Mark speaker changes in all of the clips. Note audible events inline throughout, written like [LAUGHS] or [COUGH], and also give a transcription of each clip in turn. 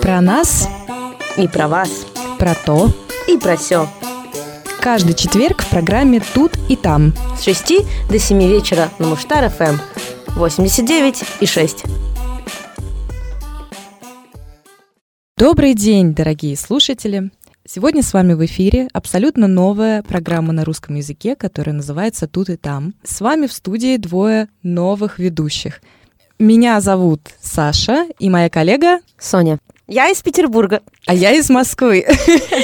Speaker 1: Про нас,
Speaker 2: И про вас,
Speaker 1: про то.
Speaker 2: и про все.
Speaker 1: Каждый четверг в программе «Тут и там».
Speaker 2: С 6 до 7 вечера на Муштар ФМ 89 и 6.
Speaker 1: Добрый день, дорогие слушатели! Сегодня с вами в эфире абсолютно новая программа на русском языке, которая называется «Тут и там». С вами в студии двое новых ведущих. Меня зовут Саша и моя коллега,
Speaker 2: Соня. Я из Петербурга.
Speaker 1: а я из Москвы.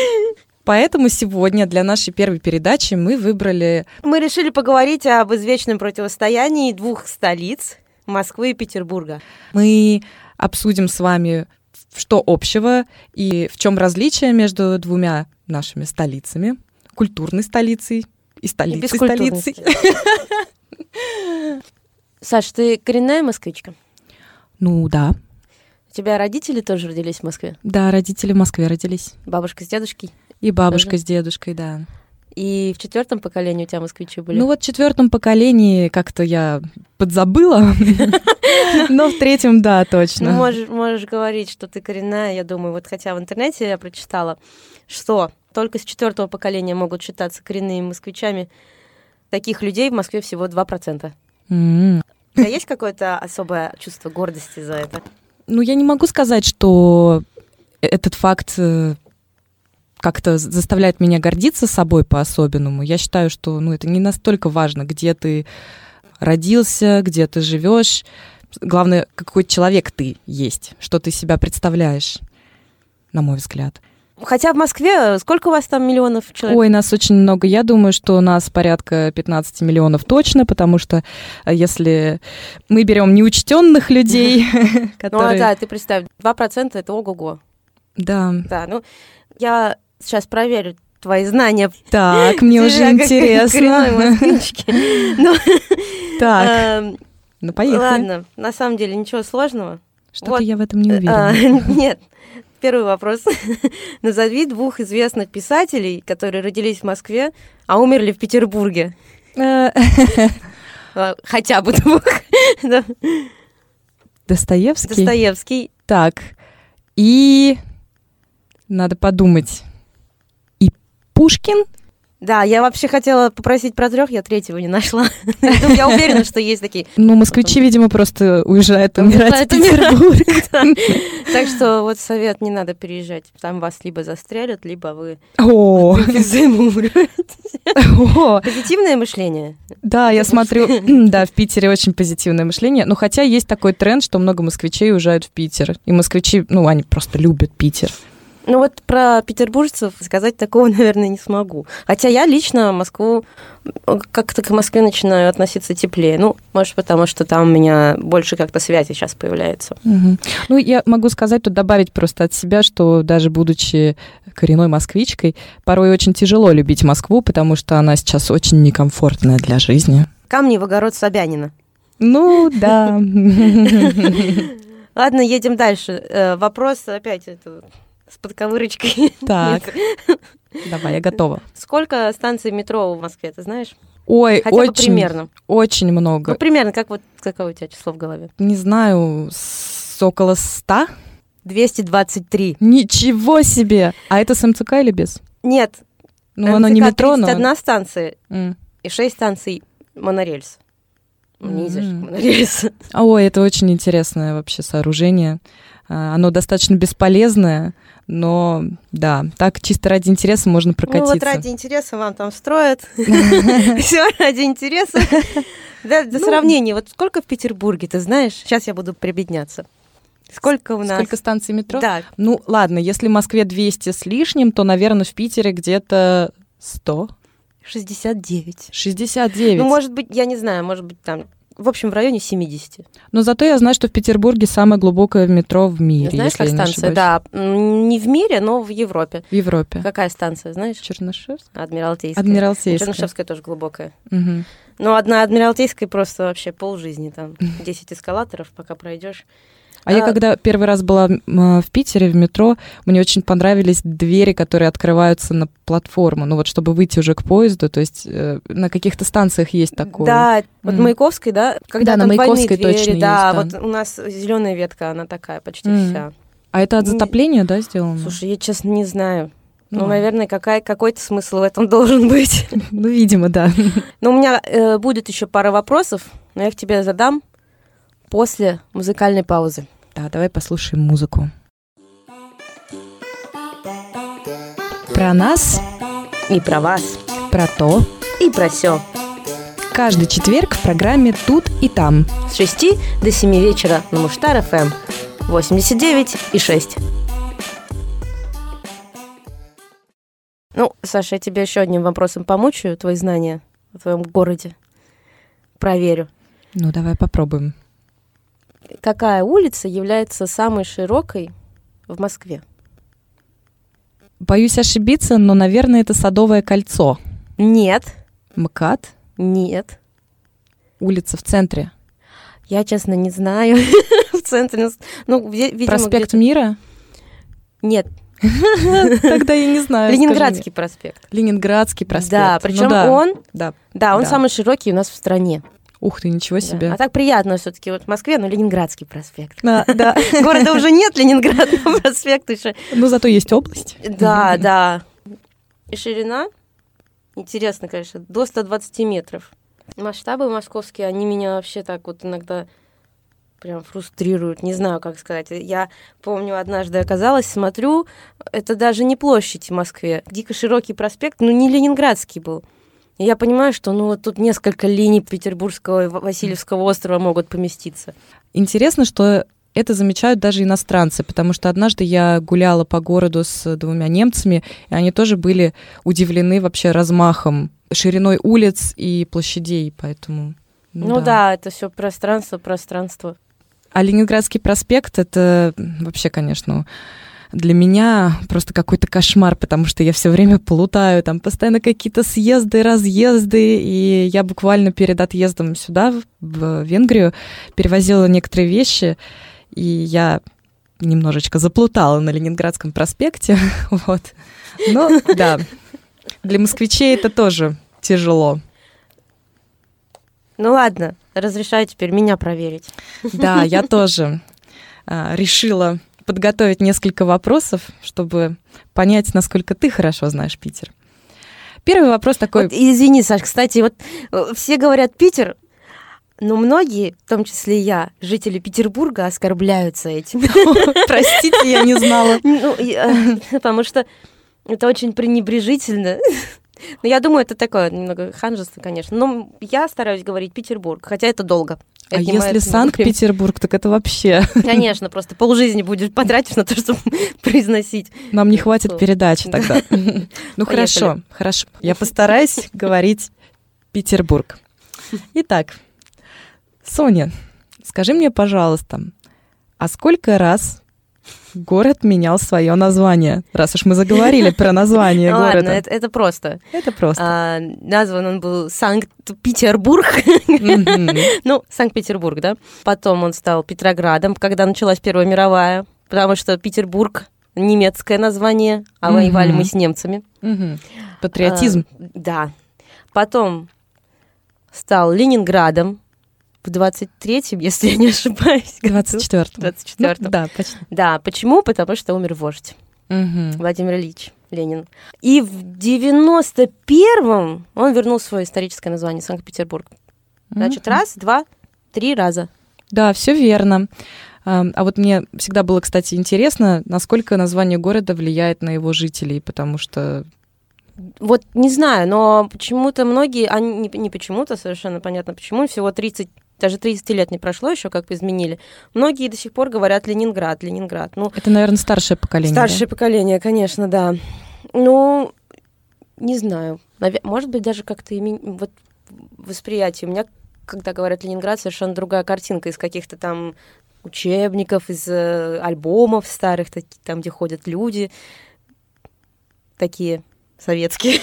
Speaker 1: [LAUGHS] Поэтому сегодня для нашей первой передачи мы выбрали
Speaker 2: Мы решили поговорить об извечном противостоянии двух столиц Москвы и Петербурга.
Speaker 1: Мы обсудим с вами, что общего и в чем различие между двумя нашими столицами, культурной столицей и
Speaker 2: И
Speaker 1: столицей
Speaker 2: бескультурной
Speaker 1: столицей.
Speaker 2: [LAUGHS] Саш, ты коренная москвичка?
Speaker 1: Ну да,
Speaker 2: У тебя родители тоже родились в Москве?
Speaker 1: да, родители в Москве родились.
Speaker 2: Бабушка с дедушкой?
Speaker 1: И бабушка
Speaker 2: Тоже?
Speaker 1: с дедушкой, да.
Speaker 2: И в четвертом поколении у тебя москвичи были?
Speaker 1: Ну вот в четвертом поколении как-то я подзабыла, [LAUGHS] но в третьем, да,
Speaker 2: Ну,
Speaker 1: точно.
Speaker 2: можешь, можешь говорить, что ты коренная, я думаю, вот хотя в интернете я прочитала, что только с четвертого поколения могут считаться коренными москвичами. Таких людей в Москве всего 2%.
Speaker 1: М.
Speaker 2: У тебя есть какое-то особое чувство гордости за это?
Speaker 1: Ну, я не могу сказать, что э- этот факт э, как-то з- заставляет меня гордиться собой по-особенному. Я считаю, что ну, это не настолько важно, где ты родился, где ты живешь. Главное, какой человек ты есть, что ты из себя представляешь, на мой взгляд.
Speaker 2: Хотя в Москве э, сколько у вас там миллионов человек?
Speaker 1: Ой, нас очень много. Я думаю, что нас порядка 15 миллионов точно, потому что э, если мы берем неучтенных людей,
Speaker 2: ну а
Speaker 1: которые...
Speaker 2: да, ты представь, 2% это ого-го.
Speaker 1: [LAUGHS] Да,
Speaker 2: Да, ну я сейчас проверю твои знания.
Speaker 1: так, мне
Speaker 2: Тебя
Speaker 1: уже
Speaker 2: как коренной
Speaker 1: интересно.
Speaker 2: москвички.
Speaker 1: [LAUGHS]
Speaker 2: Ну,
Speaker 1: Так,
Speaker 2: эм,
Speaker 1: ну поехали.
Speaker 2: Ладно, на самом деле ничего сложного.
Speaker 1: Что-то
Speaker 2: вот,
Speaker 1: я в этом не
Speaker 2: А,
Speaker 1: уверена.
Speaker 2: [LAUGHS] Нет. Первый вопрос. [LAUGHS] Назови двух известных писателей, которые родились в Москве, а умерли в Петербурге.
Speaker 1: Э,
Speaker 2: А, Хотя бы двух. Да.
Speaker 1: Достоевский.
Speaker 2: Достоевский.
Speaker 1: Так, и надо подумать. И Пушкин?
Speaker 2: Да, я вообще хотела попросить про трех, я третьего не нашла. [LAUGHS] Ну, Я уверена, что есть такие. [LAUGHS]
Speaker 1: Ну, москвичи, видимо, просто уезжают умирать
Speaker 2: Уезжают
Speaker 1: в
Speaker 2: [LAUGHS]
Speaker 1: Петербург.
Speaker 2: Так что вот совет, не надо переезжать. Там вас либо застрелят, либо вы
Speaker 1: О,
Speaker 2: [LAUGHS] умрете.
Speaker 1: о,
Speaker 2: Позитивное мышление.
Speaker 1: Да, я смотрю, [CLEARS THROAT] да, в Питере очень позитивное мышление. Но хотя есть такой тренд, что много москвичей уезжают в Питер. И москвичи, ну, они просто любят Питер.
Speaker 2: Ну вот про петербуржцев сказать такого, [LAUGHS] наверное, не смогу. Хотя я лично Москву э, как-то к Москве начинаю относиться теплее. Ну, может, потому что там у меня больше как-то связи сейчас появляется.
Speaker 1: Мгм. Ну, я могу сказать, тут добавить просто от себя, что даже будучи коренной москвичкой, порой очень тяжело любить Москву, потому что она сейчас очень некомфортная для жизни.
Speaker 2: Камни в огород Собянина.
Speaker 1: Ну, да.
Speaker 2: Ладно, едем дальше. Э, Вопрос опять это, с подковырочкой.
Speaker 1: [LAUGHS]
Speaker 2: [LAUGHS]
Speaker 1: Так, давай, я готова.
Speaker 2: Сколько станций метро в Москве, ты знаешь?
Speaker 1: Ой,
Speaker 2: Хотя бы
Speaker 1: Э, очень,
Speaker 2: примерно.
Speaker 1: очень
Speaker 2: Ну,
Speaker 1: много.
Speaker 2: примерно, как вот какое у тебя число в голове?
Speaker 1: Не знаю, с около ста?
Speaker 2: 223.
Speaker 1: Ничего себе! А это с МЦК или без?
Speaker 2: Нет,
Speaker 1: Ну, оно не
Speaker 2: МЦК
Speaker 1: метро, но...
Speaker 2: 31 станция,
Speaker 1: М.
Speaker 2: и 6 станций монорельс. Нельзя же
Speaker 1: М.
Speaker 2: монорельс. Ну,
Speaker 1: А, Ой, это очень интересное вообще сооружение. А, Оно достаточно бесполезное, но да, так чисто ради интереса можно
Speaker 2: Ну вот
Speaker 1: прокатиться.
Speaker 2: ради интереса вам
Speaker 1: [LAUGHS]
Speaker 2: там строят. Все ради интереса. Да, Для
Speaker 1: Ну.
Speaker 2: сравнения, вот сколько в Петербурге, ты знаешь? Сейчас я буду прибедняться. Сколько у нас?
Speaker 1: Сколько станций метро?
Speaker 2: Да,
Speaker 1: Ну, ладно, если в Москве 200 с лишним, то, наверное, в Питере где-то 100,
Speaker 2: 69.
Speaker 1: 69.
Speaker 2: Ну, может быть, я не знаю, может быть, там, в общем, в районе 70.
Speaker 1: Но зато я знаю, что в Петербурге самое глубокое метро в мире,
Speaker 2: Знаешь,
Speaker 1: если
Speaker 2: как
Speaker 1: я не
Speaker 2: станция?
Speaker 1: ошибаюсь.
Speaker 2: Да, м, не в мире, но в Европе.
Speaker 1: В Европе.
Speaker 2: Какая станция, знаешь?
Speaker 1: Чернышевск?
Speaker 2: Адмиралтейская.
Speaker 1: Адмиралтейская.
Speaker 2: Чернышевская тоже глубокая.
Speaker 1: Мгм.
Speaker 2: Ну, одна Адмиралтейская просто вообще полжизни там. 10 эскалаторов, пока пройдешь.
Speaker 1: А я
Speaker 2: А-
Speaker 1: когда первый раз была м, а, в Питере, в метро, мне очень понравились двери, которые открываются на платформу. Ну вот, чтобы выйти уже к поезду, то есть э, на каких-то станциях есть такое.
Speaker 2: Да, вот
Speaker 1: Мгм.
Speaker 2: Маяковской, да?
Speaker 1: Да,
Speaker 2: Когда
Speaker 1: на
Speaker 2: там двойные
Speaker 1: Маяковской
Speaker 2: двери,
Speaker 1: точно
Speaker 2: да,
Speaker 1: есть, да.
Speaker 2: вот у нас зеленая ветка, она такая почти
Speaker 1: Мгм.
Speaker 2: вся.
Speaker 1: А это от затопления, да, сделано?
Speaker 2: Слушай, я честно не знаю. Ну, наверное, какая, какой-то смысл в этом [LAUGHS] должен быть.
Speaker 1: Ну, видимо, да.
Speaker 2: Но у меня э, будет еще пара вопросов, но я их тебе задам после музыкальной паузы.
Speaker 1: [LAUGHS] Да, давай послушаем музыку. Про нас,
Speaker 2: И про вас,
Speaker 1: про то.
Speaker 2: и про все.
Speaker 1: Каждый четверг в программе «Тут и там».
Speaker 2: С 6 до 7 вечера на Муштар ФМ 89 и 6. Ну, Саша, я тебя еще одним вопросом помучаю, твои знания о твоем городе. Проверю.
Speaker 1: Ну, давай попробуем.
Speaker 2: Какая улица является самой широкой в Москве?
Speaker 1: Боюсь ошибиться, но, наверное, это Садовое кольцо.
Speaker 2: Нет,
Speaker 1: МКАД,
Speaker 2: нет.
Speaker 1: улица в центре.
Speaker 2: Я, честно, не знаю. [LAUGHS] В центре, ну, где- видимо,
Speaker 1: Проспект
Speaker 2: где-то-
Speaker 1: Мира?
Speaker 2: Нет,
Speaker 1: [LAUGHS] Тогда я не знаю. скажи мне.
Speaker 2: Ленинградский проспект.
Speaker 1: Ленинградский проспект.
Speaker 2: Да,
Speaker 1: Ну
Speaker 2: причем
Speaker 1: да,
Speaker 2: он,
Speaker 1: Да.
Speaker 2: да, он
Speaker 1: Да.
Speaker 2: самый широкий у нас в стране.
Speaker 1: Ух ты, ничего
Speaker 2: Да.
Speaker 1: себе.
Speaker 2: А так приятно все-таки вот в Москве, но Ленинградский проспект. [LAUGHS]
Speaker 1: Да, [LAUGHS] да.
Speaker 2: Города уже нет, Ленинград [LAUGHS] но проспект еще.
Speaker 1: Ну, зато есть область.
Speaker 2: Да, да. И ширина, интересно, конечно, до 120 метров. Масштабы московские, они меня вообще так вот иногда прям фрустрируют, не знаю, как сказать. Я помню, однажды оказалась, смотрю, это даже не площадь в Москве, дико широкий проспект, но не ленинградский был. И я понимаю, что ну вот тут несколько линий Петербургского и Ва- Васильевского острова могут поместиться.
Speaker 1: Интересно, что это замечают даже иностранцы, потому что однажды я гуляла по городу с двумя немцами, и они тоже были удивлены вообще размахом, шириной улиц и площадей, поэтому...
Speaker 2: Ну, да. это все пространство, пространство.
Speaker 1: А Ленинградский проспект это вообще, конечно, для меня просто какой-то кошмар, потому что я все время плутаю, там постоянно какие-то съезды, разъезды, и я буквально перед отъездом сюда, в- в Венгрию, перевозила некоторые вещи, и я немножечко заплутала на Ленинградском проспекте, [LAUGHS] вот. Но да, для москвичей это тоже тяжело.
Speaker 2: Ну ладно, разрешаю теперь меня проверить.
Speaker 1: Да, я тоже а, решила подготовить несколько вопросов, чтобы понять, насколько ты хорошо знаешь Питер. Первый вопрос такой.
Speaker 2: Вот, извини, Саш, кстати, вот э, все говорят Питер, но многие, в том числе и я, жители Петербурга, оскорбляются этим.
Speaker 1: Простите, я не
Speaker 2: [LAUGHS]
Speaker 1: знала.
Speaker 2: Ну, и, э, Потому что это очень пренебрежительно. [LAUGHS] Но я думаю, это такое немного ханжество, конечно. Но я стараюсь говорить Петербург, хотя это долго.
Speaker 1: А
Speaker 2: Отнимает
Speaker 1: если
Speaker 2: много времени.
Speaker 1: Санкт-Петербург, так это вообще
Speaker 2: Конечно, просто полжизни будешь потратишь на то, чтобы [LAUGHS] произносить.
Speaker 1: нам не хватит передачи
Speaker 2: Да. [LAUGHS]
Speaker 1: тогда. Ну хорошо, хорошо. Я постараюсь говорить Петербург. Итак, Соня, скажи мне, пожалуйста, а сколько раз город менял свое название? Раз уж мы заговорили про название
Speaker 2: Ну [LAUGHS] Ладно,
Speaker 1: города.
Speaker 2: это, это просто.
Speaker 1: Это просто.
Speaker 2: А, назван он был Санкт-Петербург. [LAUGHS]
Speaker 1: Мгм.
Speaker 2: ну, Санкт-Петербург, да. Потом он стал Петроградом, когда началась Первая мировая, потому что Петербург немецкое название, а
Speaker 1: Мгм.
Speaker 2: воевали мы с немцами.
Speaker 1: Мгм. Патриотизм.
Speaker 2: А, да. Потом стал Ленинградом в 23-м, если я не ошибаюсь. [LAUGHS] году.
Speaker 1: 24
Speaker 2: 24-м.
Speaker 1: Ну, Да, почти.
Speaker 2: Да, почему? Потому что умер вождь.
Speaker 1: Мгм.
Speaker 2: Владимир Ильич Ленин. И в 91-м он вернул свое историческое название Санкт-Петербург. Значит, раз, два, три раза.
Speaker 1: Да, все верно. А а вот мне всегда было, кстати, интересно, насколько название города влияет на его жителей, потому что...
Speaker 2: Вот не знаю, но почему-то многие, а не, не почему-то, совершенно понятно почему, всего 30, даже 30 лет не прошло еще, как изменили. Многие до сих пор говорят Ленинград, Ленинград. Ну,
Speaker 1: Это, наверное, старшее поколение. да?
Speaker 2: старшее поколение, конечно, да. Ну, не знаю. Наве- Может быть, даже как-то ими- вот восприятие. У меня, когда говорят Ленинград, совершенно другая картинка из каких-то там учебников, из э, альбомов старых, таки- там, где ходят люди, такие советские.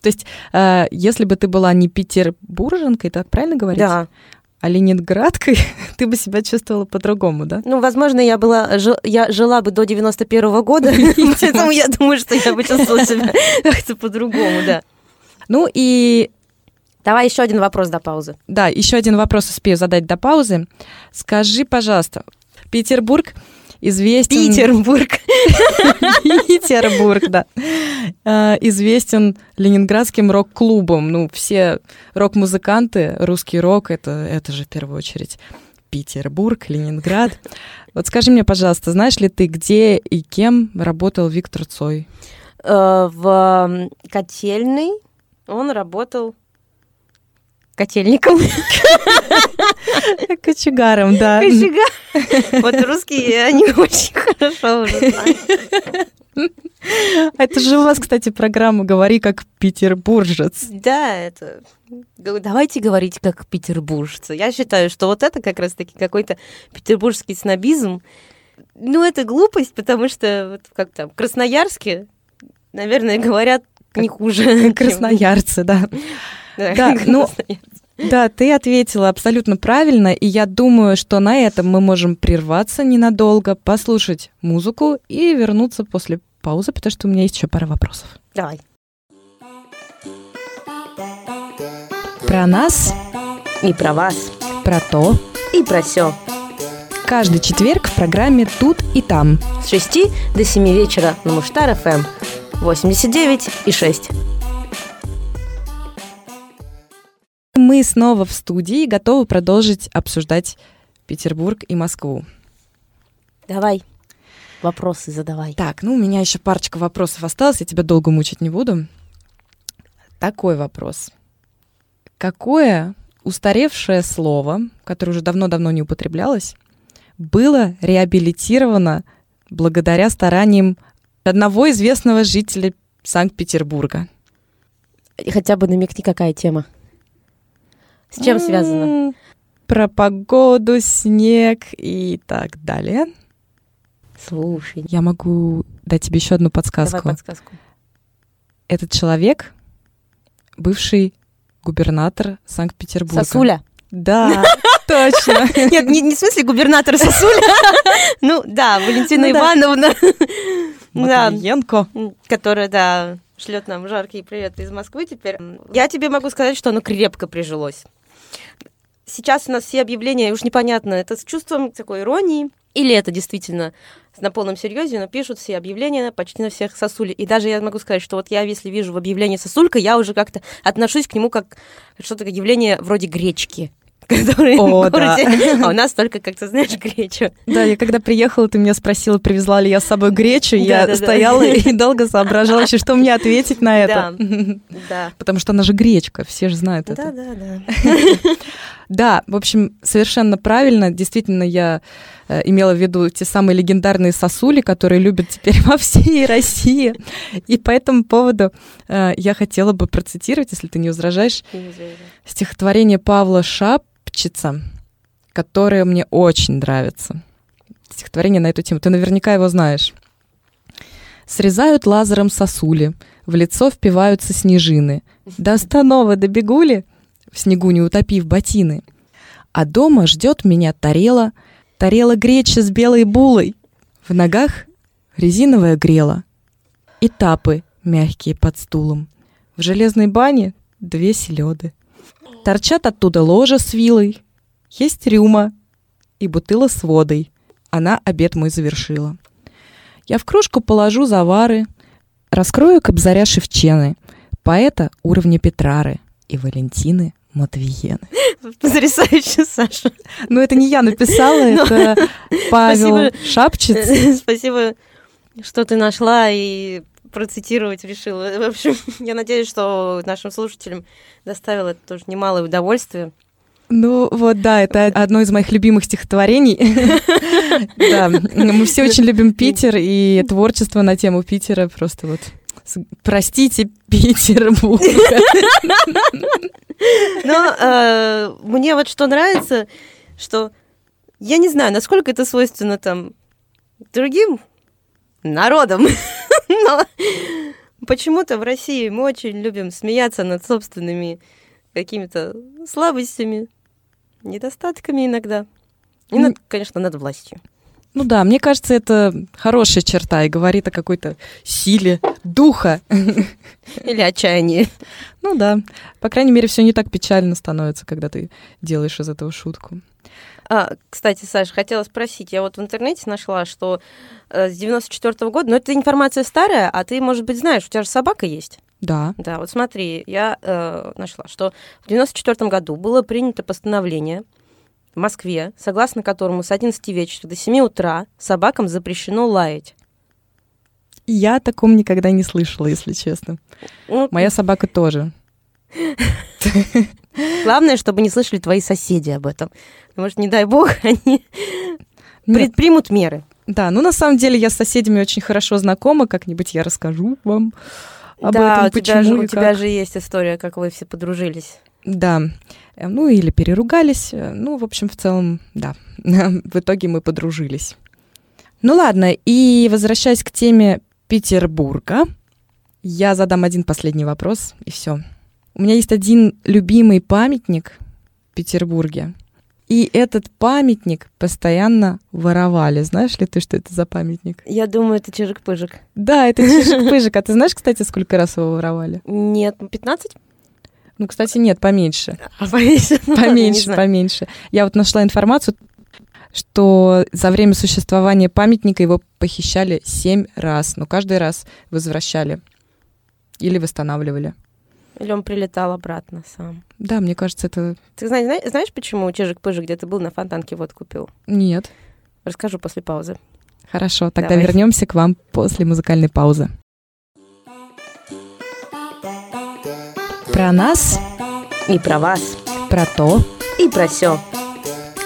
Speaker 1: То есть, э, если бы ты была не петербурженкой, так правильно говорить?
Speaker 2: Да.
Speaker 1: А ленинградкой, [LAUGHS] ты бы себя чувствовала по-другому, да?
Speaker 2: Ну, возможно, я была, жи- я жила бы до 91 года, [LAUGHS] поэтому я думаю, что я бы чувствовала себя [LAUGHS] как-то по-другому, да.
Speaker 1: Ну и,
Speaker 2: Давай еще один вопрос до паузы.
Speaker 1: да, еще один вопрос успею задать до паузы. Скажи, пожалуйста, Петербург известен...
Speaker 2: Питербург.
Speaker 1: Питербург, да. Э, Известен ленинградским рок-клубом. Ну, все рок-музыканты, русский рок, это, это же в первую очередь Петербург, Ленинград. Вот скажи мне, пожалуйста, знаешь ли ты, где и кем работал Виктор Цой?
Speaker 2: Э, В э, котельной он работал котельником.
Speaker 1: Кочегаром, да.
Speaker 2: Кочега. Вот русские, они очень хорошо уже знают.
Speaker 1: Это же у вас, кстати, программа «Говори как петербуржец».
Speaker 2: Да, это... г- Давайте говорить как петербуржцы. Я считаю, что вот это как раз-таки какой-то петербургский снобизм. Ну, это глупость, потому что вот как там, в Красноярске, наверное, говорят не хуже. чем- [LAUGHS]
Speaker 1: Красноярцы, да. Да, ну, Да, ты ответила абсолютно правильно, и я думаю, что на этом мы можем прерваться ненадолго, послушать музыку и вернуться после паузы, потому что у меня есть еще пара вопросов.
Speaker 2: Давай.
Speaker 1: Про нас,
Speaker 2: И про вас,
Speaker 1: про то.
Speaker 2: и про все.
Speaker 1: Каждый четверг в программе «Тут и там».
Speaker 2: С 6 до 7 вечера на Муштар ФМ 89 и 6.
Speaker 1: Мы снова в студии и готовы продолжить обсуждать Петербург и Москву.
Speaker 2: Давай. Вопросы задавай.
Speaker 1: Так, ну у меня еще парочка вопросов осталось, я тебя долго мучить не буду. Такой вопрос. Какое устаревшее слово, которое уже давно-давно не употреблялось, было реабилитировано благодаря стараниям одного известного жителя Санкт-Петербурга?
Speaker 2: Хотя бы намекни, какая тема. С чем связано?
Speaker 1: М, Про погоду, снег и так далее.
Speaker 2: Слушай.
Speaker 1: Я могу дать тебе еще одну подсказку.
Speaker 2: Давай подсказку.
Speaker 1: Этот человек бывший губернатор Санкт-Петербурга.
Speaker 2: Сосуля. [LAUGHS]
Speaker 1: Да, точно.
Speaker 2: Нет, не, не в смысле губернатор [LAUGHS] Сосуля. Ну да, Валентина
Speaker 1: Ну да.
Speaker 2: Ивановна. Да,
Speaker 1: Матвиенко.
Speaker 2: которая, да, шлет нам жаркие приветы из Москвы теперь. Я тебе могу сказать, что оно крепко прижилось. Сейчас у нас все объявления, уж непонятно, это с чувством такой иронии, или это действительно с- на полном серьезе, но пишут все объявления почти на всех сосули. И даже я могу сказать, что вот я, если вижу в объявлении сосулька, я уже как-то отношусь к нему как что-то как явление вроде гречки. [LAUGHS] Которые
Speaker 1: О,
Speaker 2: в городе, а у нас только как-то, знаешь, гречу.
Speaker 1: Да, я когда приехала, ты меня спросила, привезла ли я с собой гречу. Я
Speaker 2: Да-да-да.
Speaker 1: стояла и долго соображала еще, что мне ответить на [LAUGHS] это.
Speaker 2: Да.
Speaker 1: Потому что она же гречка, все же знают это.
Speaker 2: Да, да, да.
Speaker 1: Да, в общем, совершенно правильно. Действительно, я э, имела в виду те самые легендарные сосули, которые любят теперь [LAUGHS] во всей России. И по этому поводу э, я хотела бы процитировать, если ты не возражаешь,
Speaker 2: Не зря, да.
Speaker 1: стихотворение Павла Шапчица, которое мне очень нравится. Стихотворение на эту тему. Ты наверняка его знаешь. Срезают лазером сосули, в лицо впиваются снежины. До станова добегули, в снегу не утопив ботины. А дома ждет меня тарела, тарела гречи с белой булой. В ногах резиновая грела и тапы мягкие под стулом. В железной бане две селеды. Торчат оттуда ложа с вилой, есть рюма и бутыла с водой. Она обед мой завершила. Я в кружку положу завары, раскрою кобзаря Шевчены, поэта уровня Петрары и Валентины Матвиены.
Speaker 2: Потрясающе, Саша.
Speaker 1: Ну, это не я написала,
Speaker 2: [LAUGHS] Ну,
Speaker 1: это Павел
Speaker 2: спасибо.
Speaker 1: Шапчиц.
Speaker 2: Э, Спасибо, что ты нашла и процитировать решила. В общем, [LAUGHS] я надеюсь, что нашим слушателям доставило это тоже немалое удовольствие.
Speaker 1: Ну, вот, да, это одно из моих любимых стихотворений. Да, мы все очень любим Питер, и творчество на тему Питера просто вот... с- Простите, Петербург.
Speaker 2: Но э, мне вот что нравится, что я не знаю, насколько это свойственно там другим народам, [LAUGHS] но почему-то в России мы очень любим смеяться над собственными какими-то слабостями, недостатками иногда. И, над, конечно, над властью. [LAUGHS]
Speaker 1: Ну да, мне кажется, это хорошая черта и говорит о какой-то силе духа.
Speaker 2: Или отчаянии.
Speaker 1: Ну да, по крайней мере, все не так печально становится, когда ты делаешь из этого шутку.
Speaker 2: А, кстати, Саша, хотела спросить. Я вот в интернете нашла, что э, с 94 -го года, но это информация старая, а ты, может быть, знаешь, у тебя же собака есть.
Speaker 1: Да.
Speaker 2: Да, вот смотри, я э, нашла, что в 94 году было принято постановление в Москве, согласно которому с 11 вечера до 7 утра собакам запрещено лаять.
Speaker 1: Я о таком никогда не слышала, если честно.
Speaker 2: Ну,
Speaker 1: Моя собака тоже.
Speaker 2: [LAUGHS] Главное, чтобы не слышали твои соседи об этом. Потому что, не дай бог, [LAUGHS] они
Speaker 1: Нет,
Speaker 2: предпримут меры.
Speaker 1: Да, ну на самом деле я с соседями очень хорошо знакома, как-нибудь я расскажу вам об этом,
Speaker 2: да, у, тебя же,
Speaker 1: почему
Speaker 2: у
Speaker 1: и
Speaker 2: тебя
Speaker 1: как.
Speaker 2: же есть история, как вы все подружились.
Speaker 1: Да, Э, ну или переругались, э, ну, в общем, в целом, да, [LAUGHS] в итоге мы подружились. Ну ладно, и возвращаясь к теме Петербурга, я задам один последний вопрос, и все. У меня есть один любимый памятник в Петербурге, и этот памятник постоянно воровали. Знаешь ли ты, что это за памятник?
Speaker 2: Я думаю, это чижик-пыжик.
Speaker 1: Да, это чижик-пыжик. А ты знаешь, кстати, сколько раз его воровали?
Speaker 2: Нет, ну, [LAUGHS] 15?
Speaker 1: Ну, кстати, нет, поменьше.
Speaker 2: [LAUGHS] А поменьше? Ну, ладно, не
Speaker 1: Поменьше,
Speaker 2: знаю.
Speaker 1: поменьше. Я вот нашла информацию, что за время существования памятника его похищали семь раз, но каждый раз возвращали или восстанавливали.
Speaker 2: Или он прилетал обратно сам.
Speaker 1: Да, мне кажется, это...
Speaker 2: Ты зна- зна- знаешь, почему чижик-пыжик где ты был на фонтанке вот купил?
Speaker 1: Нет.
Speaker 2: Расскажу после паузы.
Speaker 1: Хорошо, тогда
Speaker 2: Давай.
Speaker 1: вернемся к вам после музыкальной паузы. Про нас,
Speaker 2: И про вас,
Speaker 1: про то.
Speaker 2: и про все.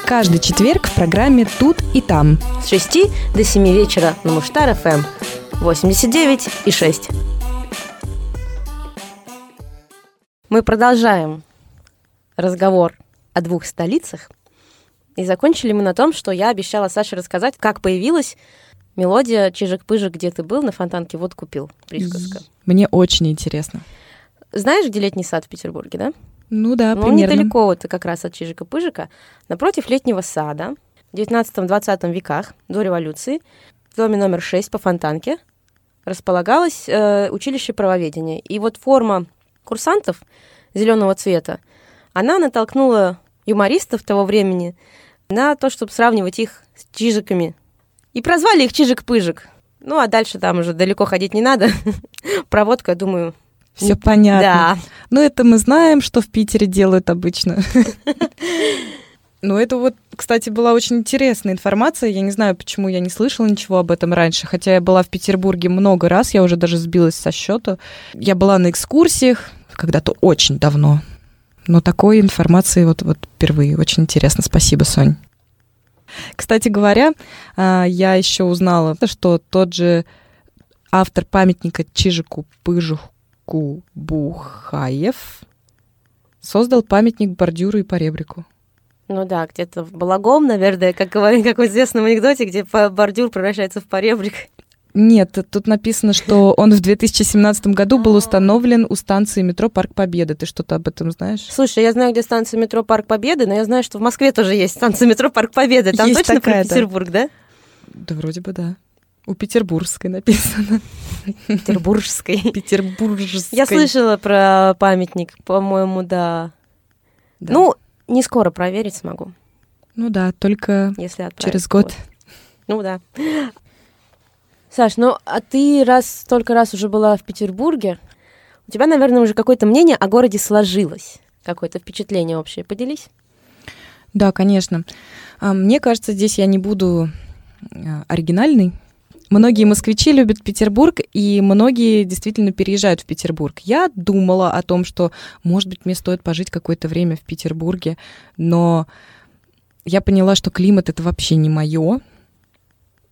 Speaker 1: Каждый четверг в программе «Тут и там».
Speaker 2: С 6 до 7 вечера на Муштар ФМ 89 и 6. Мы продолжаем разговор о двух столицах. И закончили мы на том, что я обещала Саше рассказать, как появилась мелодия «Чижик-пыжик, где ты был?» на фонтанке «Вот купил» присказка.
Speaker 1: Мне очень интересно.
Speaker 2: Знаешь, где летний сад в Петербурге, да?
Speaker 1: Ну да,
Speaker 2: Ну,
Speaker 1: примерно.
Speaker 2: недалеко вот как раз от Чижика-Пыжика, напротив летнего сада в 19-20 веках до революции в доме номер 6 по Фонтанке располагалось э, училище правоведения. И вот форма курсантов зеленого цвета, она натолкнула юмористов того времени на то, чтобы сравнивать их с чижиками. И прозвали их Чижик-Пыжик. Ну, а дальше там уже далеко ходить не надо. [LAUGHS] Проводка, я думаю,
Speaker 1: Все понятно.
Speaker 2: да.
Speaker 1: Ну, это мы знаем, что в Питере делают обычно. Ну, это вот, кстати, была очень интересная информация. Я не знаю, почему я не слышала ничего об этом раньше. Хотя я была в Петербурге много раз, я уже даже сбилась со счета. Я была на экскурсиях когда-то очень давно. Но такой информации вот, вот впервые. Очень интересно. Спасибо, Сонь. Кстати говоря, а, я еще узнала, что тот же автор памятника Чижику Пыжику Бухаев создал памятник бордюру и поребрику.
Speaker 2: Ну да, где-то в Балагом, наверное, как, говори- как в известном анекдоте, где по- бордюр превращается в поребрик.
Speaker 1: Нет, т- тут написано, что он в 2017 году был
Speaker 2: А.
Speaker 1: установлен у станции метро Парк Победы. Ты что-то об этом знаешь?
Speaker 2: Слушай, я знаю, где станция метро Парк Победы, но я знаю, что в Москве тоже есть станция метро Парк Победы. Там
Speaker 1: Есть
Speaker 2: точно
Speaker 1: такая,
Speaker 2: про
Speaker 1: да.
Speaker 2: Петербург,
Speaker 1: [LAUGHS]
Speaker 2: да?
Speaker 1: Да вроде бы да. У Петербургской написано.
Speaker 2: Петербургской.
Speaker 1: Петербургской.
Speaker 2: Я слышала про памятник, по-моему, да.
Speaker 1: Да.
Speaker 2: Ну, не скоро проверить смогу,
Speaker 1: Ну да, только
Speaker 2: если отправить.
Speaker 1: через год.
Speaker 2: Ну да. Саш, ну а ты раз столько раз уже была в Петербурге, у тебя, наверное, уже какое-то мнение о городе сложилось, какое-то впечатление общее. Поделись. [LAUGHS]
Speaker 1: Да, конечно. А, Мне кажется, здесь я не буду э, оригинальной. Многие москвичи любят Петербург, и многие действительно переезжают в Петербург. Я думала о том, что, может быть, мне стоит пожить какое-то время в Петербурге, но я поняла, что климат это вообще не мое.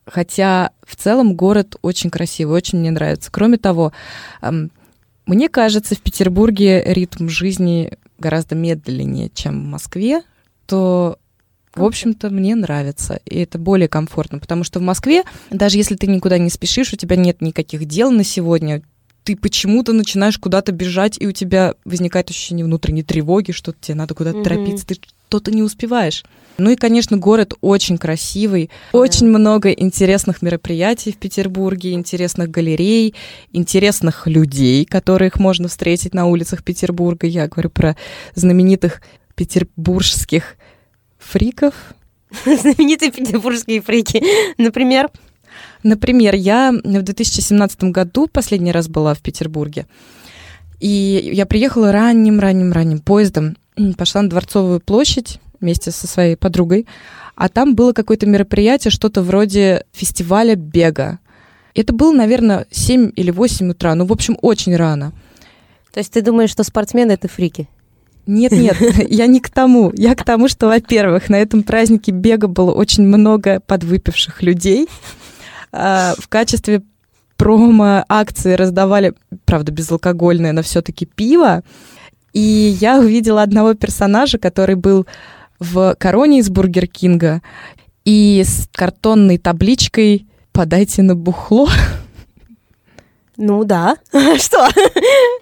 Speaker 1: Хотя в целом город очень красивый, очень мне нравится. Кроме того, эм, мне кажется, в Петербурге ритм жизни гораздо медленнее, чем в Москве, то, в
Speaker 2: Окей.
Speaker 1: общем-то, мне нравится. И это более комфортно, потому что в Москве, даже если ты никуда не спешишь, у тебя нет никаких дел на сегодня, ты почему-то начинаешь куда-то бежать, и у тебя возникает ощущение внутренней тревоги, что тебе надо куда-то
Speaker 2: Мгм.
Speaker 1: торопиться, ты что-то не успеваешь. Ну и, конечно, город очень красивый. Очень много интересных мероприятий в Петербурге, интересных галерей, интересных людей, которых можно встретить на улицах Петербурга. Я говорю про знаменитых петербургских фриков.
Speaker 2: Знаменитые петербургские фрики. Например,
Speaker 1: Например, я в 2017 году последний раз была в Петербурге. И я приехала ранним-ранним-ранним поездом, [CLEARS THROAT] пошла на Дворцовую площадь вместе со своей подругой, а там было какое-то мероприятие, что-то вроде фестиваля бега. Это было, наверное, 7 или 8 утра, ну, в общем, очень рано.
Speaker 2: то есть ты думаешь, что спортсмены это фрики?
Speaker 1: Нет, нет, я не к тому. Я к тому, что, во-первых, на этом празднике бега было очень много подвыпивших людей. А, В качестве промо-акции раздавали, правда, безалкогольное, но все-таки пиво. И я увидела одного персонажа, который был в короне из Бургер Кинга и с картонной табличкой «Подайте на бухло». [LAUGHS]
Speaker 2: Ну да. [LAUGHS] Что?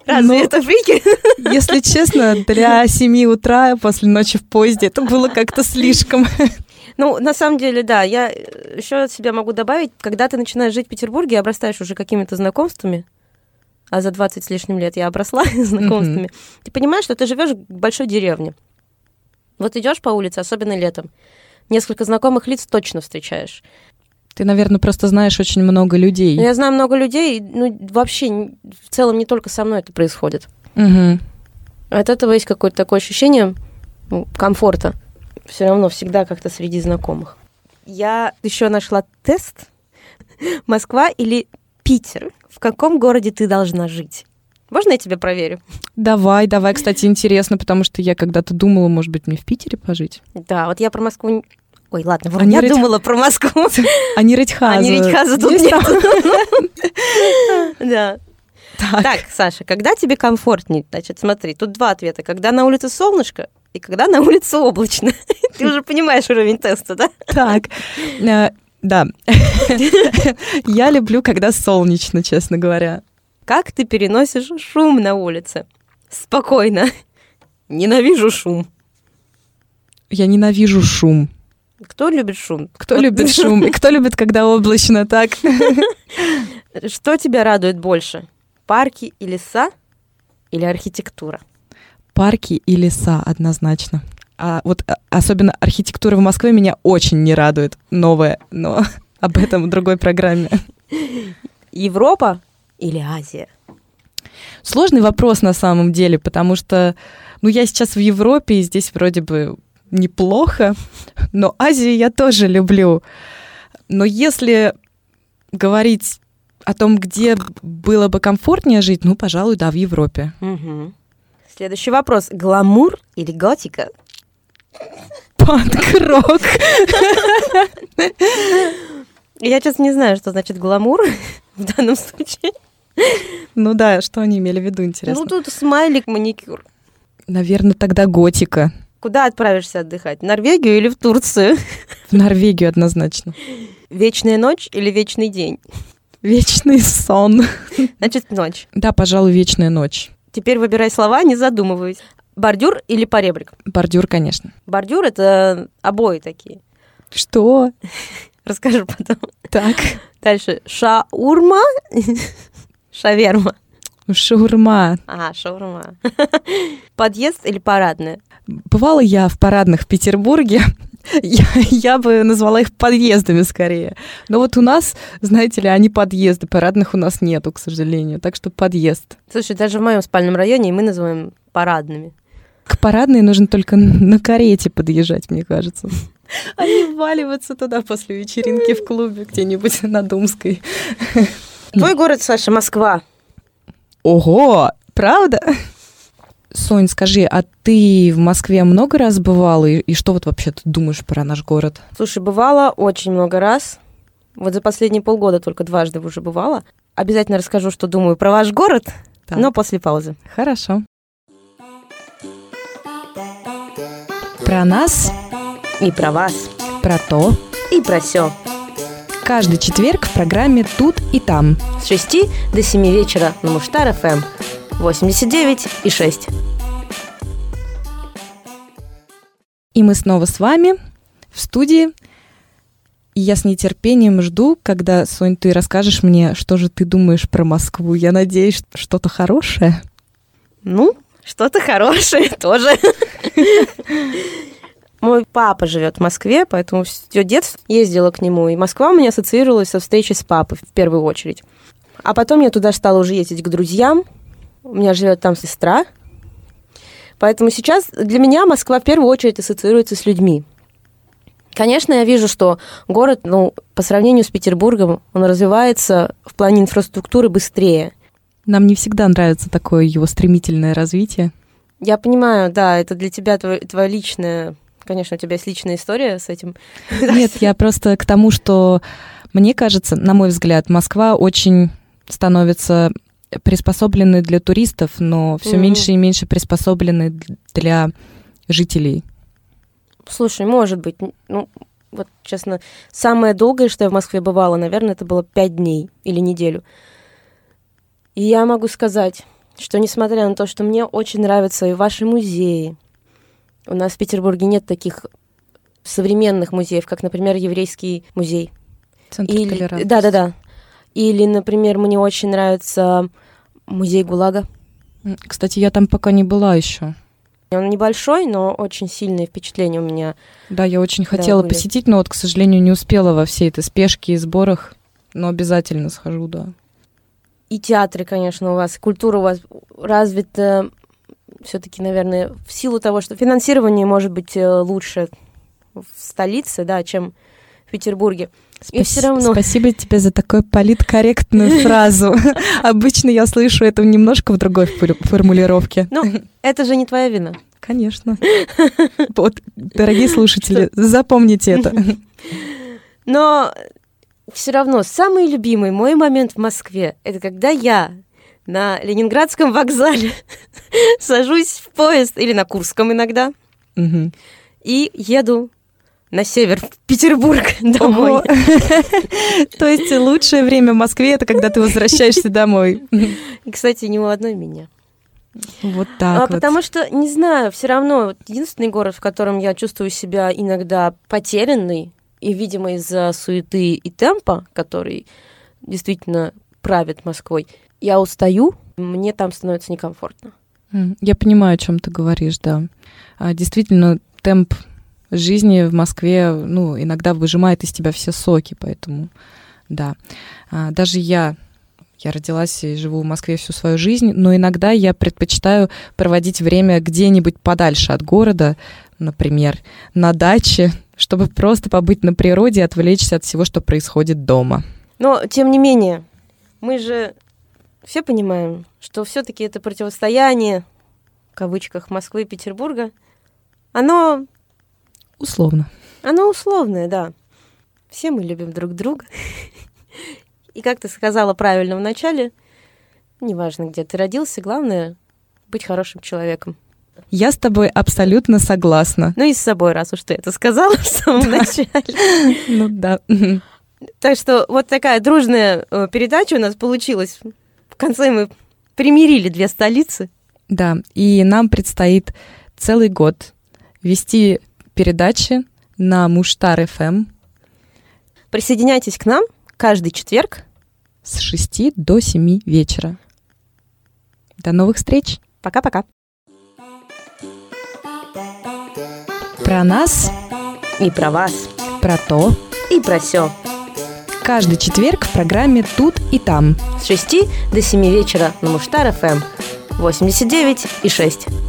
Speaker 2: Разве
Speaker 1: Ну.
Speaker 2: это фрики?
Speaker 1: Если честно, для 7 утра после ночи в поезде это было как-то слишком.
Speaker 2: Ну, на самом деле, да. Я еще от себя могу добавить. Когда ты начинаешь жить в Петербурге и обрастаешь уже какими-то знакомствами, а за 20 с лишним лет я обросла [LAUGHS] знакомствами, ты понимаешь, что ты живешь в большой деревне. Вот идешь по улице, особенно летом, несколько знакомых лиц точно встречаешь.
Speaker 1: Ты, наверное, просто знаешь очень много людей.
Speaker 2: Но я знаю много людей, и, ну, вообще, н- в целом, не только со мной это происходит.
Speaker 1: Мгм.
Speaker 2: От этого есть какое-то такое ощущение ну, комфорта. Все равно всегда как-то среди знакомых. Я еще нашла тест. [LAUGHS] Москва или Питер? В каком городе ты должна жить? Можно я тебя проверю?
Speaker 1: Давай, давай, кстати, интересно, потому что я когда-то думала, может быть, мне в Питере пожить.
Speaker 2: Да, вот я про Москву... н- Ой, ладно,
Speaker 1: А не
Speaker 2: я
Speaker 1: Редь-
Speaker 2: думала про Москву.
Speaker 1: А не Редьхаза.
Speaker 2: А не Редьхаза тут
Speaker 1: Есть
Speaker 2: нет.
Speaker 1: там?
Speaker 2: Да.
Speaker 1: Так.
Speaker 2: Так, Саша, когда тебе комфортнее? Значит, смотри, тут два ответа. Когда на улице солнышко и когда на улице облачно. [LAUGHS] Ты уже понимаешь уровень теста, да?
Speaker 1: [LAUGHS] Так. Э, Да. [LAUGHS] Я люблю, когда солнечно, честно говоря.
Speaker 2: Как ты переносишь шум на улице? Спокойно. [LAUGHS] Ненавижу шум.
Speaker 1: Я ненавижу шум.
Speaker 2: Кто любит шум?
Speaker 1: Кто
Speaker 2: Вот
Speaker 1: любит шум? [LAUGHS] И кто любит, когда облачно так?
Speaker 2: Что тебя радует больше? Парки и леса или архитектура?
Speaker 1: Парки и леса однозначно. А вот а, особенно архитектура в Москве меня очень не радует. Новая, но [LAUGHS] об этом в другой программе.
Speaker 2: Европа или Азия?
Speaker 1: Сложный вопрос на самом деле, потому что, ну, я сейчас в Европе, и здесь вроде бы неплохо, но Азию я тоже люблю. Но если говорить о том, где было бы комфортнее жить, ну, пожалуй, да, в Европе.
Speaker 2: Следующий вопрос. Гламур или готика?
Speaker 1: Панк-рок.
Speaker 2: Я сейчас не знаю, что значит гламур [LAUGHS] в данном случае.
Speaker 1: Ну да, что они имели в виду, интересно.
Speaker 2: Ну, тут смайлик, маникюр.
Speaker 1: Наверное, тогда готика.
Speaker 2: Куда отправишься отдыхать? В Норвегию или в Турцию?
Speaker 1: В Норвегию однозначно.
Speaker 2: Вечная ночь или вечный день?
Speaker 1: Вечный сон.
Speaker 2: Значит, ночь.
Speaker 1: Да, пожалуй, вечная ночь.
Speaker 2: Теперь выбирай слова, не задумываясь. Бордюр или поребрик?
Speaker 1: Бордюр, конечно.
Speaker 2: Бордюр — это обои такие.
Speaker 1: Что?
Speaker 2: Расскажу потом.
Speaker 1: Так.
Speaker 2: Дальше. Шаурма? [LAUGHS] Шаверма.
Speaker 1: Шаурма.
Speaker 2: А, шаурма. [LAUGHS] Подъезд или парадная?
Speaker 1: Бывала я в парадных в Петербурге. [LAUGHS] Я, я бы назвала их подъездами скорее. Но вот у нас, знаете ли, они подъезды. Парадных у нас нету, к сожалению. Так что подъезд.
Speaker 2: Слушай, даже в моем спальном районе мы называем парадными.
Speaker 1: К парадной нужно только на карете подъезжать, мне [LAUGHS] кажется. А не вваливаться туда после вечеринки в клубе где-нибудь [LAUGHS] на Думской.
Speaker 2: Твой город, Саша, Москва.
Speaker 1: Ого, правда? Сонь, скажи, а ты в Москве много раз бывала? И, и что вот вообще ты думаешь про наш город?
Speaker 2: Слушай, бывало очень много раз. Вот за последние полгода только дважды уже бывало. Обязательно расскажу, что думаю про ваш город,
Speaker 1: Так.
Speaker 2: но после паузы.
Speaker 1: Хорошо. Про нас,
Speaker 2: И про вас,
Speaker 1: про то.
Speaker 2: и про все.
Speaker 1: Каждый четверг в программе «Тут и там».
Speaker 2: С 6 до 7 вечера на Муштар Эм. ФМ 89 и 6.
Speaker 1: И мы снова с вами в студии. И я с нетерпением жду, когда, Сонь, ты расскажешь мне, что же ты думаешь про Москву. Я надеюсь, что-то хорошее.
Speaker 2: Ну, что-то хорошее [LAUGHS] тоже. Мой папа живет в Москве, поэтому все детство ездила к нему. И Москва у меня ассоциировалась со встречей с папой в первую очередь. А потом я туда стала уже ездить к друзьям. У меня живет там сестра. Поэтому сейчас для меня Москва в первую очередь ассоциируется с людьми. Конечно, я вижу, что город, ну, по сравнению с Петербургом, он развивается в плане инфраструктуры быстрее.
Speaker 1: Нам не всегда нравится такое его стремительное развитие.
Speaker 2: Я понимаю, да, это для тебя твоя, твоя личная конечно, у тебя есть личная история с этим. [LAUGHS]
Speaker 1: Нет, я просто к тому, что мне кажется, на мой взгляд, Москва очень становится приспособленной для туристов, но все mm-hmm. меньше и меньше приспособленной для жителей.
Speaker 2: Слушай, может быть, ну вот честно, самое долгое, что я в Москве бывала, наверное, это было пять дней или неделю. И я могу сказать, что несмотря на то, что мне очень нравятся и ваши музеи, у нас в Петербурге нет таких современных музеев, как, например, еврейский музей.
Speaker 1: Центр Или... толерантности.
Speaker 2: Да, да, да. Или, например, мне очень нравится музей ГУЛАГа.
Speaker 1: Кстати, я там пока не была еще.
Speaker 2: Он небольшой, но очень сильное впечатление у меня.
Speaker 1: Да, я очень хотела да, посетить, но вот, к сожалению, не успела во всей этой спешке и сборах, но обязательно схожу, да.
Speaker 2: И театры, конечно, у вас, культура у вас развита все-таки, наверное, в силу того, что финансирование может быть э, лучше в столице, да, чем в Петербурге.
Speaker 1: Спас... И все равно... Спасибо тебе за такую [LAUGHS] политкорректную фразу. Обычно я слышу это немножко в другой формулировке.
Speaker 2: Ну, это же не твоя вина. [LAUGHS]
Speaker 1: Конечно. Вот, дорогие слушатели, запомните это.
Speaker 2: Но все равно самый любимый мой момент в Москве – это когда я на Ленинградском вокзале [LAUGHS] сажусь в поезд или на Курском иногда
Speaker 1: угу.
Speaker 2: и еду на север, в Петербург [LAUGHS] домой.
Speaker 1: То есть лучшее время в Москве это когда ты возвращаешься домой.
Speaker 2: И, кстати, не у одной меня.
Speaker 1: Вот так.
Speaker 2: А, вот. Потому что, не знаю, все равно вот единственный город, в котором я чувствую себя иногда потерянной, и, видимо, из-за суеты и темпа, который действительно правит Москвой, я устаю, мне там становится некомфортно.
Speaker 1: Я понимаю, о чем ты говоришь, да. А, Действительно, темп жизни в Москве, ну, иногда выжимает из тебя все соки, поэтому, да. А, Даже я, я родилась и живу в Москве всю свою жизнь, но иногда я предпочитаю проводить время где-нибудь подальше от города, например, на даче, [LAUGHS] чтобы просто побыть на природе и отвлечься от всего, что происходит дома.
Speaker 2: Но, тем не менее, мы же все понимаем, что все-таки это противостояние, в кавычках, Москвы и Петербурга, оно...
Speaker 1: Условно.
Speaker 2: Оно условное, да. Все мы любим друг друга. [LAUGHS] И как ты сказала правильно в начале, неважно, где ты родился, главное быть хорошим человеком.
Speaker 1: Я с тобой абсолютно
Speaker 2: [LAUGHS]
Speaker 1: согласна.
Speaker 2: Ну и с собой, раз уж ты это сказала в [LAUGHS] самом начале.
Speaker 1: Ну да.
Speaker 2: Так что вот такая дружная э, передача у нас получилась. В конце мы примирили две столицы.
Speaker 1: Да, и нам предстоит целый год вести передачи на Муштар эм ФМ.
Speaker 2: Присоединяйтесь к нам каждый четверг
Speaker 1: с 6 до 7 вечера. До новых встреч.
Speaker 2: Пока-пока.
Speaker 1: Про нас
Speaker 2: и про вас.
Speaker 1: Про то
Speaker 2: и про все
Speaker 1: каждый четверг в программе «Тут и там»
Speaker 2: с 6 до 7 вечера на Муштар-ФМ 89 Эм. и 6.